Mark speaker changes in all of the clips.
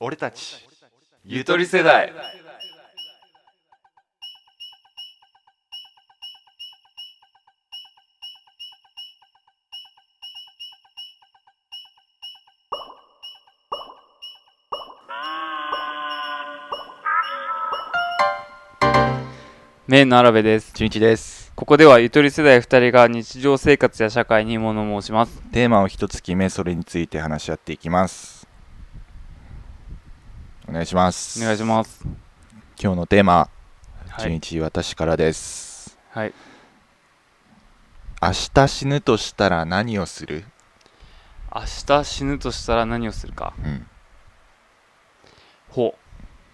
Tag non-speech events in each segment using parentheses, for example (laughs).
Speaker 1: 俺たち
Speaker 2: ゆとり世代メインのアラベです
Speaker 3: 中日です
Speaker 2: ここではゆとり世代2人が日常生活や社会に物申します
Speaker 3: テーマを一つ決めそれについて話し合っていきますお願いします
Speaker 2: お願いします
Speaker 3: 今日のテーマ
Speaker 2: は
Speaker 3: 中
Speaker 2: い、
Speaker 3: 日私からです、
Speaker 2: はい、
Speaker 3: 明日死ぬとしたら何をする、
Speaker 2: 明日死ぬとしたら何をするか
Speaker 3: うん
Speaker 2: ほ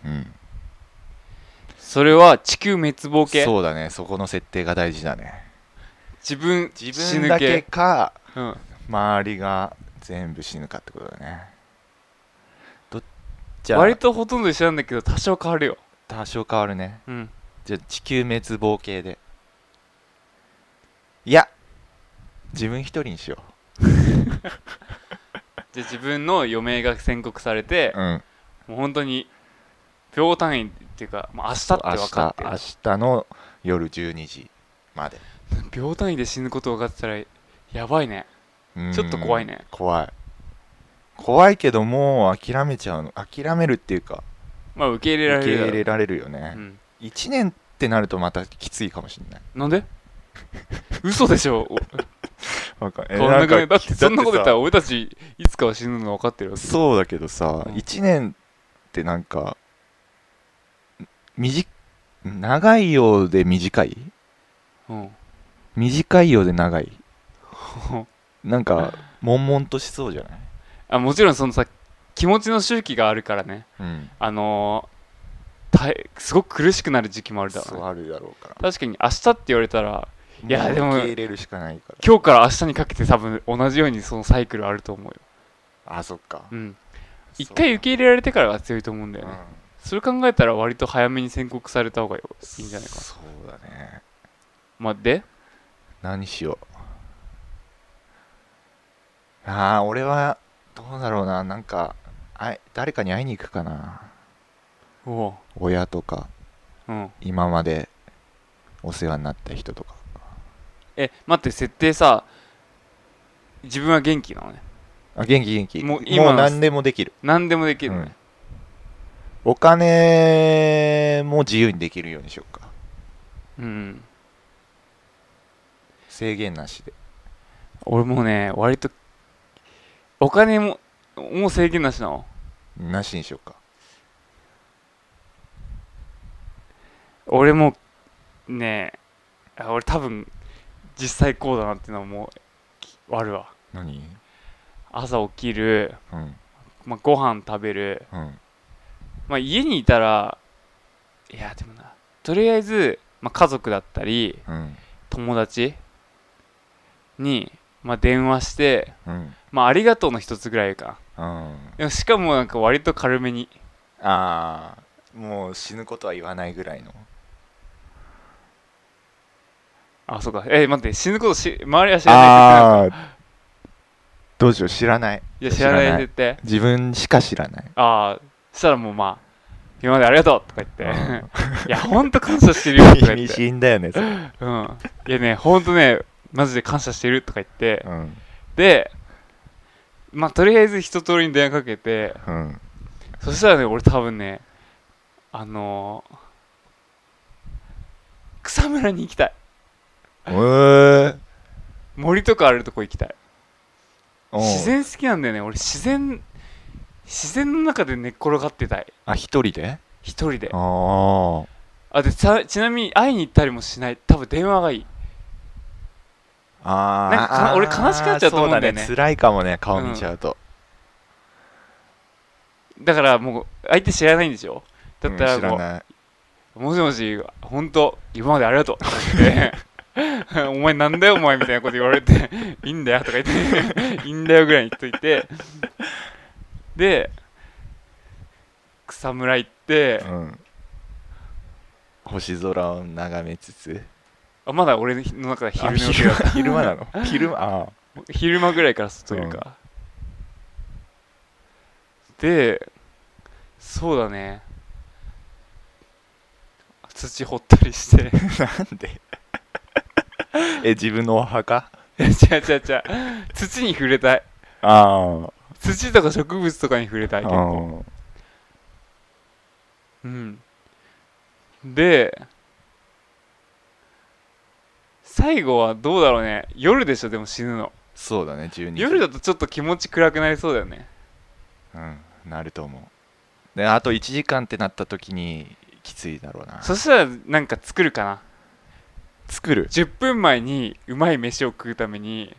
Speaker 2: う
Speaker 3: うん、
Speaker 2: それは地球滅亡系
Speaker 3: そうだねそこの設定が大事だね
Speaker 2: 自分
Speaker 3: 自
Speaker 2: 死
Speaker 3: 分
Speaker 2: ぬ
Speaker 3: だ
Speaker 2: 系
Speaker 3: けか
Speaker 2: うん
Speaker 3: 周りが全部死ぬかってことだねどじゃあ
Speaker 2: 割とほとんど一緒なんだけど多少変わるよ
Speaker 3: 多少変わるね
Speaker 2: うん
Speaker 3: じゃあ地球滅亡系でいや自分一人にしよ
Speaker 2: で自分の余命が宣告されて
Speaker 3: う、、うん、
Speaker 2: もう本当に秒単位っていうか、まあ、明日って
Speaker 3: 明
Speaker 2: 分かっ
Speaker 3: 日
Speaker 2: て
Speaker 3: 明
Speaker 2: る
Speaker 3: 日の夜12時まで
Speaker 2: 秒単位で死ぬこと分かってたらやばいね
Speaker 3: うん
Speaker 2: ちょっと怖いね
Speaker 3: 怖い怖いけどもう諦めちゃうの諦めるっていうか
Speaker 2: まあ受け入れら
Speaker 3: 受
Speaker 2: れる
Speaker 3: け
Speaker 2: だろう
Speaker 3: 入れられるよね、
Speaker 2: うん、
Speaker 3: 1年ってなるとまたきついかもしれない
Speaker 2: なんで (laughs) 嘘でしょお
Speaker 3: わかんえ
Speaker 2: こんなぐらい
Speaker 3: なんか
Speaker 2: だってそんなこと言った
Speaker 3: だ
Speaker 2: ら俺たちいつかは死ぬの分かってるわ
Speaker 3: て
Speaker 2: け
Speaker 3: さそうだけどさ、
Speaker 2: うん
Speaker 3: 1年ってなんか短長いようで短い
Speaker 2: うん、
Speaker 3: 短いようで長
Speaker 2: (laughs)
Speaker 3: いなんか悶々としそうじゃない、
Speaker 2: あもちろんそのさ気持ちの周期があるからね
Speaker 3: うん、
Speaker 2: あのー大すごく苦しくなる時期もあるだろう
Speaker 3: そう
Speaker 2: ね
Speaker 3: あるだろうから
Speaker 2: 確かに明日って言われたらいやでも
Speaker 3: 受け入れるしかないから
Speaker 2: 今日から明日にかけて多分同じようにそのサイクルあると思うよ
Speaker 3: あそっか
Speaker 2: うん一回受け入れられてからが強いと思うんだよね、
Speaker 3: うん
Speaker 2: それ考えたら割と早めに宣告された方がいいんじゃないかな
Speaker 3: そうだね
Speaker 2: まあで
Speaker 3: 何しようああ俺はどうだろうななんかあい誰かに会いに行くかな
Speaker 2: おお
Speaker 3: 親とか
Speaker 2: ううん
Speaker 3: 今までお世話になった人とか
Speaker 2: え待って設定さ自分は元気なのね
Speaker 3: あ元気元気
Speaker 2: も
Speaker 3: も
Speaker 2: う
Speaker 3: う
Speaker 2: 今
Speaker 3: 何でもできる
Speaker 2: 何でもできるの
Speaker 3: う
Speaker 2: ね
Speaker 3: ん、お金も自由にできるようにしようか
Speaker 2: うん
Speaker 3: 制限なしで
Speaker 2: 俺もうね割とお金ももう制限なしなの
Speaker 3: なしにしようか
Speaker 2: 俺もねえあ俺多分実際こうだなっていうのはもうあるわ
Speaker 3: 何
Speaker 2: 朝起きる、
Speaker 3: うん
Speaker 2: まあ、ご飯食べる
Speaker 3: うん
Speaker 2: まあ、家にいたらいやでもなとりあえず、まあ、家族だったり
Speaker 3: うん
Speaker 2: 友達に、まあ、電話して、
Speaker 3: うん
Speaker 2: まあ、ありがとうの一つぐらいかな
Speaker 3: うん
Speaker 2: でもしかもなんか割と軽めに
Speaker 3: ああもう死ぬことは言わないぐらいの
Speaker 2: あそうかえ待って死ぬことし周りは知らない
Speaker 3: ああどうしよう知らない
Speaker 2: いや知らな
Speaker 3: 知ら
Speaker 2: い
Speaker 3: ない
Speaker 2: 絶対
Speaker 3: 自分しか知らない
Speaker 2: ああしたらもうまあ今までありがとうとか言って、
Speaker 3: うん
Speaker 2: (laughs) いやほんと感謝してるよとか言
Speaker 3: (laughs) 意味
Speaker 2: って、
Speaker 3: 深だよねそれ
Speaker 2: うん、いやねほんとねマジで感謝してるとか言って、
Speaker 3: うん
Speaker 2: でまあとりあえず一通りに電話かけて
Speaker 3: うん
Speaker 2: そしたらね俺多分ねあのー、草むらに行きたい
Speaker 3: えー
Speaker 2: 森とかあるとこ行きたい
Speaker 3: おう
Speaker 2: 自然好きなんだよね俺自然自然の中で寝っ転がってたい
Speaker 3: あ一人で
Speaker 2: 一人で
Speaker 3: ああ
Speaker 2: あでさちなみに会いに行ったりもしない多分電話がいい
Speaker 3: あー
Speaker 2: なんかか
Speaker 3: あー
Speaker 2: 俺悲しくなっちゃうと思うんだよね
Speaker 3: そ辛いかもね顔見ちゃうと、
Speaker 2: だからもう相手知らないんでしょだった
Speaker 3: うん知
Speaker 2: ら
Speaker 3: ら
Speaker 2: もう、
Speaker 3: ない
Speaker 2: もしもし本当今までありがとうって言って (laughs) お前なんだよお前みたいなこと言われて (laughs) いいんだよとか言っていいんだよぐらいに言っといてで草むら行って、
Speaker 3: うん星空を眺めつつ
Speaker 2: あまだ俺の中で昼
Speaker 3: あ
Speaker 2: 寝をして
Speaker 3: 昼
Speaker 2: る
Speaker 3: 間昼間なの昼間あー
Speaker 2: 昼間ぐらいから外いるか、でそうだね土掘ったりして
Speaker 3: なんで (laughs) え自分のお墓
Speaker 2: 違う違う違う土に触れたい
Speaker 3: あ
Speaker 2: 土とか植物とかに触れた
Speaker 3: あ
Speaker 2: い結構うんで最後はどうだろうね夜でしょでも死ぬの
Speaker 3: そうだね12時
Speaker 2: 夜だとちょっと気持ち暗くなりそうだよね
Speaker 3: うんなると思うであと1時間ってなった時にきついだろうな
Speaker 2: そしたらなんか作るかな
Speaker 3: 作る
Speaker 2: 10分前にうまい飯を食うために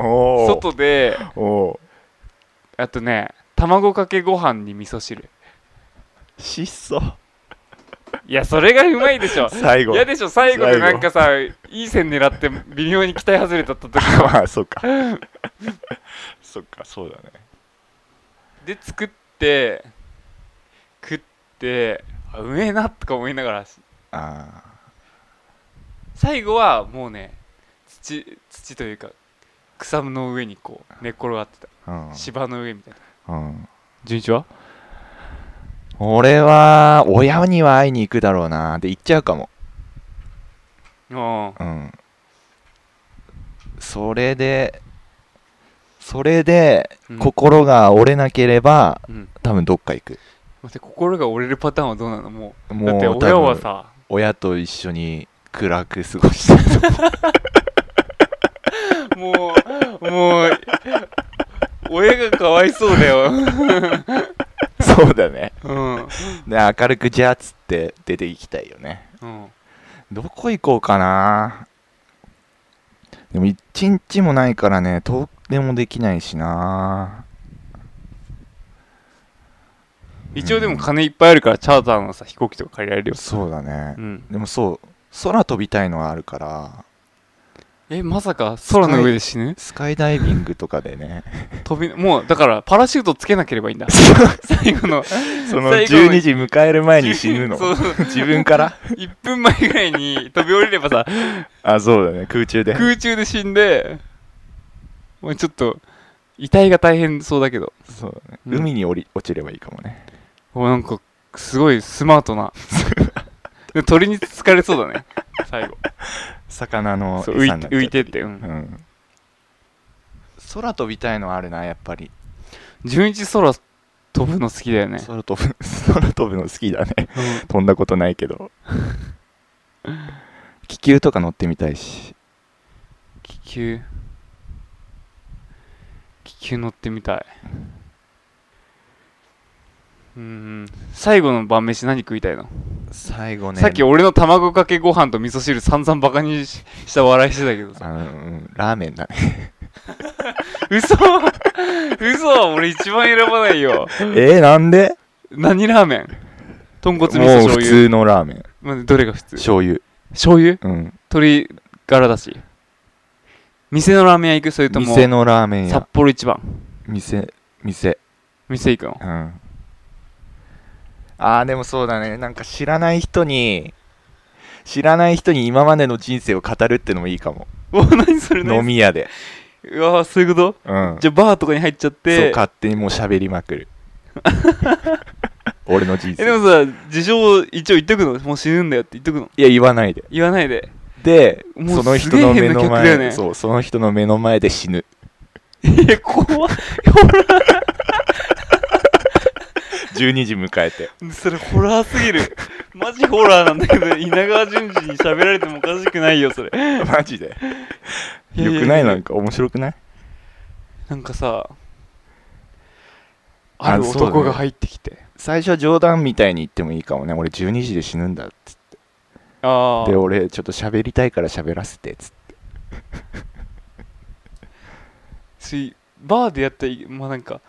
Speaker 3: おー
Speaker 2: 外で
Speaker 3: お
Speaker 2: あとね卵かけご飯に味噌汁
Speaker 3: ー質素
Speaker 2: いやそれがうまいでしょ
Speaker 3: 最後
Speaker 2: 嫌でしょ最後で
Speaker 3: 最後
Speaker 2: なんかさいい線狙って微妙に期待外れだった時
Speaker 3: ま (laughs) あそっかそっかそうだね
Speaker 2: で作って食ってあうめえなとか思いながら
Speaker 3: あ
Speaker 2: 最後はもうね土土というか草の上にこう寝っ転がって
Speaker 3: あうん
Speaker 2: た芝の上みたいな
Speaker 3: うん、
Speaker 2: 順一は
Speaker 3: 俺は親には会いに行くだろうなで行っちゃうかも
Speaker 2: うん
Speaker 3: うんそれでそれで
Speaker 2: うん
Speaker 3: 心が折れなければ、
Speaker 2: うん
Speaker 3: 多分どっか行く
Speaker 2: 待って心が折れるパターンはどうなのもうだ
Speaker 3: もう
Speaker 2: って
Speaker 3: 多
Speaker 2: 親
Speaker 3: 分
Speaker 2: はさ
Speaker 3: 親と一緒に暗く過
Speaker 2: (laughs)
Speaker 3: ごしてる
Speaker 2: もうもう親がかわいそうだよ
Speaker 3: そうだね
Speaker 2: うん
Speaker 3: で明るくじゃあっつって出て行きたいよね
Speaker 2: うん
Speaker 3: どこ行こうかなでも一日もないからね遠出もできないしな
Speaker 2: 一応でも金いっぱいあるからチャーターのさ飛行機とか借りられるよ
Speaker 3: そうだね
Speaker 2: うん
Speaker 3: でもそう空飛びたいのはあるから
Speaker 2: えまさか空の上で死ぬ
Speaker 3: スカイダイビングとかでね
Speaker 2: 飛びもうだからパラシュートつけなければいいん
Speaker 3: (laughs)
Speaker 2: だ最後の
Speaker 3: その
Speaker 2: 最後に
Speaker 3: 12時迎える前に死ぬの
Speaker 2: そう
Speaker 3: 自分 (laughs) から
Speaker 2: 1分前ぐらいに飛び降りれば
Speaker 3: (laughs)
Speaker 2: さ
Speaker 3: あそうだね空中で
Speaker 2: 空中で死んでもうちょっと遺体が大変そうだけど
Speaker 3: そうだね
Speaker 2: うん
Speaker 3: 海に降り落ちればいいかもね
Speaker 2: おなんかすごいスマート
Speaker 3: (laughs)
Speaker 2: なで鳥に疲れそうだね最
Speaker 3: (laughs)
Speaker 2: 後
Speaker 3: 魚の
Speaker 2: そう浮い
Speaker 3: 餌になっちゃ
Speaker 2: 浮いてってう
Speaker 3: うんん空飛びたいのはあるなやっぱり
Speaker 2: 純一空飛ぶの好きだよね、
Speaker 3: 空飛ぶ (laughs) 空飛ぶの好きだね飛んだことないけ (laughs) ど気球とか乗ってみたいし
Speaker 2: 気球気球乗ってみたいうんうん最後の晩飯何食いたいの、
Speaker 3: 最後ね
Speaker 2: さっき俺の卵かけご飯と味噌汁散々バカにしした笑いしてたけどさ (laughs)
Speaker 3: あのうんラーメンだ (laughs) ね
Speaker 2: 嘘嘘俺一番選ばないよ
Speaker 3: えー、なんで
Speaker 2: 何ラーメン豚骨味噌
Speaker 3: もう
Speaker 2: 醤
Speaker 3: 普
Speaker 2: 油
Speaker 3: 通のラーメン
Speaker 2: まあどれが普通
Speaker 3: 醤油
Speaker 2: 醤油
Speaker 3: うん
Speaker 2: 鶏ガラだし店のラーメン屋行くそれとも
Speaker 3: 店のラーメン
Speaker 2: 札
Speaker 3: 屋
Speaker 2: 幌一番
Speaker 3: 店店
Speaker 2: 店行くの (laughs)
Speaker 3: うんああでもそうだねなんか知らない人に知らない人に今までの人生を語るってのもいいかも
Speaker 2: お何それ何
Speaker 3: 飲み屋で
Speaker 2: うわそういうこと
Speaker 3: うん
Speaker 2: じゃあバーとかに入っちゃっ
Speaker 3: そう
Speaker 2: て
Speaker 3: 勝手にもう喋りまく
Speaker 2: (laughs)
Speaker 3: る俺の人
Speaker 2: え
Speaker 3: 生
Speaker 2: でもさ事情を一応言っとくのもう死ぬんだよって言っとくの
Speaker 3: いや言わないで
Speaker 2: 言わない
Speaker 3: (laughs)
Speaker 2: で
Speaker 3: で
Speaker 2: もう
Speaker 3: その人の
Speaker 2: す
Speaker 3: 目の
Speaker 2: げえ変な曲だよ
Speaker 3: 前、
Speaker 2: ね
Speaker 3: そうその人の目の前で死ぬ
Speaker 2: いや怖い
Speaker 3: 12時迎
Speaker 2: (laughs)
Speaker 3: えて
Speaker 2: それホラーすぎるマジホラーなんだけど稲川淳二に喋られてもおかしくないよそれ
Speaker 3: マジで
Speaker 2: いや
Speaker 3: よ
Speaker 2: や
Speaker 3: くないなんか面白くない
Speaker 2: なんかさ
Speaker 3: あ
Speaker 2: ある
Speaker 3: そうだね
Speaker 2: 男が入ってきて、
Speaker 3: 最初は冗談みたいに言ってもいいかもね俺12時で死ぬんだっつっ
Speaker 2: あ
Speaker 3: てで
Speaker 2: あ
Speaker 3: 俺ちょっと喋りたいから喋らせてっつって
Speaker 2: しバーでやったらいいまあなんか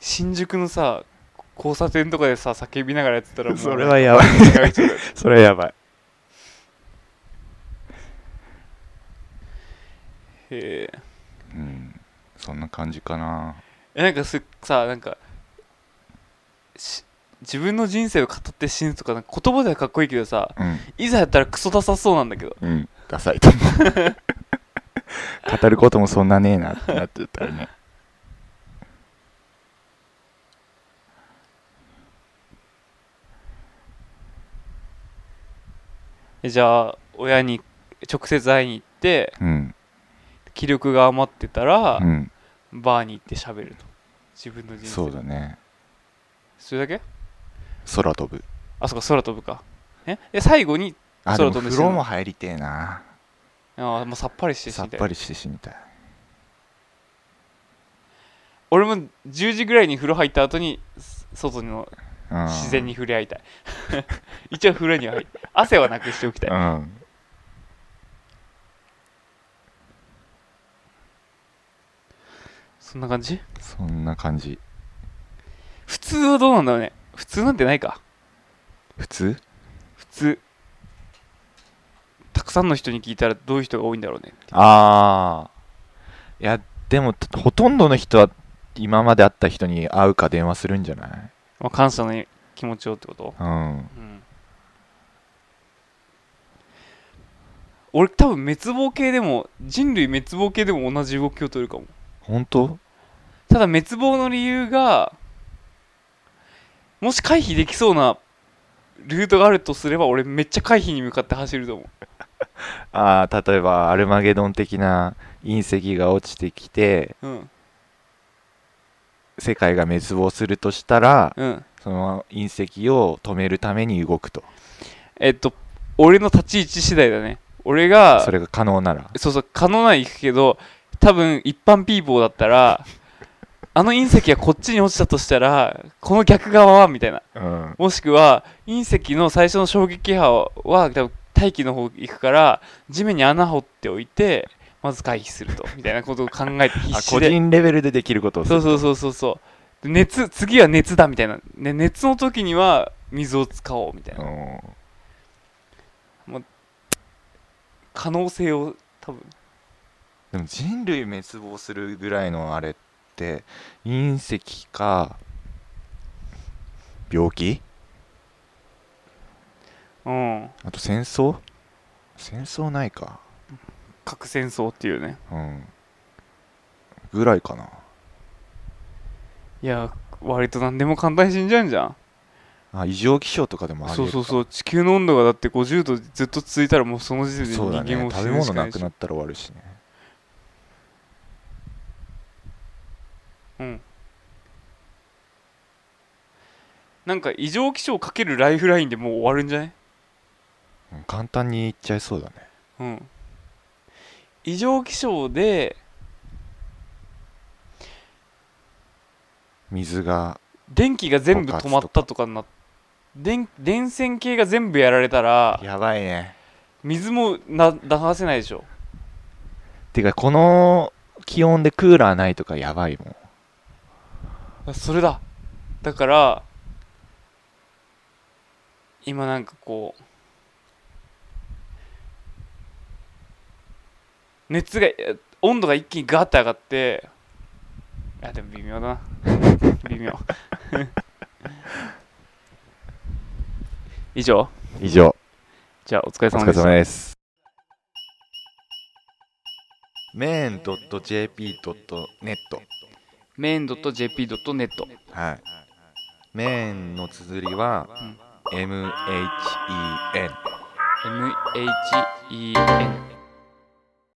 Speaker 2: 新宿のさ交差点とかでさ叫びながらやってたらもう
Speaker 3: それは (laughs) やばい
Speaker 2: 違う人だよ
Speaker 3: それはやばい
Speaker 2: へえ
Speaker 3: うんそんな感じかな
Speaker 2: えなんかすさなんかし自分の人生を語って死ぬとかなんか言葉ではかっこいいけどさ
Speaker 3: うん
Speaker 2: いざやったらクソダサそうなんだけど
Speaker 3: うんダサいと思う語ることもそんなねえなってなってたらね
Speaker 2: えじゃあ親に直接会いに行って
Speaker 3: うん
Speaker 2: 気力が余ってたら
Speaker 3: う、ん
Speaker 2: バーに行って喋ると自分の人生
Speaker 3: そうだね
Speaker 2: それだけ
Speaker 3: 空飛ぶ
Speaker 2: あそっか空飛ぶかえで最後に
Speaker 3: あでも
Speaker 2: 空飛ぶ
Speaker 3: 風呂も入りてえな
Speaker 2: あーもうさっぱりして死
Speaker 3: さ
Speaker 2: ん
Speaker 3: っ
Speaker 2: で
Speaker 3: ぱりして死にたい
Speaker 2: 俺も10時ぐらいに風呂入った後にす外の
Speaker 3: うん
Speaker 2: 自然に触れ合いたい (laughs) 一応風呂には入っ汗はなくしておきたい
Speaker 3: うん
Speaker 2: そんな感じ
Speaker 3: そんな感じ
Speaker 2: 普通はどうなんだろうね普通なんてないか
Speaker 3: 普通
Speaker 2: 普通たくさんの人に聞いたらどういう人が多いんだろうね
Speaker 3: ああいやでもほとんどの人は今まで会った人に会うか電話するんじゃない
Speaker 2: まあ、感謝の気持ちをってこと、
Speaker 3: うん
Speaker 2: うん、俺多分滅亡系でも人類滅亡系でも同じ動きを取るかも
Speaker 3: 本当
Speaker 2: ただ滅亡の理由がもし回避できそうなルートがあるとすれば俺めっちゃ回避に向かって走ると思う
Speaker 3: ああ例えばアルマゲドン的な隕石が落ちてきて
Speaker 2: うん
Speaker 3: 世界が滅亡するとしたら
Speaker 2: うん
Speaker 3: その隕石を止めるために動くと
Speaker 2: えっと俺の立ち位置次第だね俺が
Speaker 3: それが可能なら
Speaker 2: そうそう可能なら行くけど多分一般ピーポーだったらあの隕石がこっちに落ちたとしたらこの逆側はみたいな
Speaker 3: うん
Speaker 2: もしくは隕石の最初の衝撃波は多分大気の方行くから地面に穴掘っておいてまず回避するとみたいなことを考えて必
Speaker 3: あ
Speaker 2: 死
Speaker 3: 個
Speaker 2: で
Speaker 3: 人レベルでできることをす
Speaker 2: そう
Speaker 3: る
Speaker 2: そうそうそうそうで熱次は熱だみたいな、ね、熱の時には水を使おうみたいな
Speaker 3: うん
Speaker 2: 可能性を多分
Speaker 3: でも人類滅亡するぐらいのあれって隕石か病気
Speaker 2: うん
Speaker 3: あと戦争戦争ないか
Speaker 2: 核戦争っていうね
Speaker 3: うんぐらいかない
Speaker 2: や割と何でも簡単に死んじゃうんじゃん
Speaker 3: あ異常気象とかでもありえ
Speaker 2: そうそうそうう地球の温度がだって50度ずっと続いたらもうその時点で人
Speaker 3: そうだね
Speaker 2: 間も
Speaker 3: 食
Speaker 2: 死
Speaker 3: べ
Speaker 2: ぬし
Speaker 3: 物
Speaker 2: かな
Speaker 3: ないく
Speaker 2: し
Speaker 3: なったら終わるしね
Speaker 2: うんなんか異常気象かけるライフラインでもう終わるんじゃない
Speaker 3: うん簡単に言っちゃいそうだね
Speaker 2: うん異常気象で
Speaker 3: 水が
Speaker 2: 電気が全部
Speaker 3: 枯渇
Speaker 2: 止
Speaker 3: と
Speaker 2: ま
Speaker 3: か
Speaker 2: ったとかになっ電電線系が全部やられたら
Speaker 3: やばいね
Speaker 2: 水もな流せないでしょ
Speaker 3: てかこの気温でクーラーないとかやばいもん
Speaker 2: あそれだだから今なんかこう熱がえ温度が一気にガーッて上がってあでも微妙だな (laughs) 微妙 (laughs) 以上
Speaker 3: 以上
Speaker 2: じゃあお疲れ
Speaker 3: お
Speaker 2: 様
Speaker 3: 疲
Speaker 2: で
Speaker 3: れ
Speaker 2: した
Speaker 3: 様です。main.jp.net
Speaker 2: メイン .jp.net
Speaker 3: はい。メインの綴りは、
Speaker 2: ん
Speaker 3: MHEN。
Speaker 2: MEHEN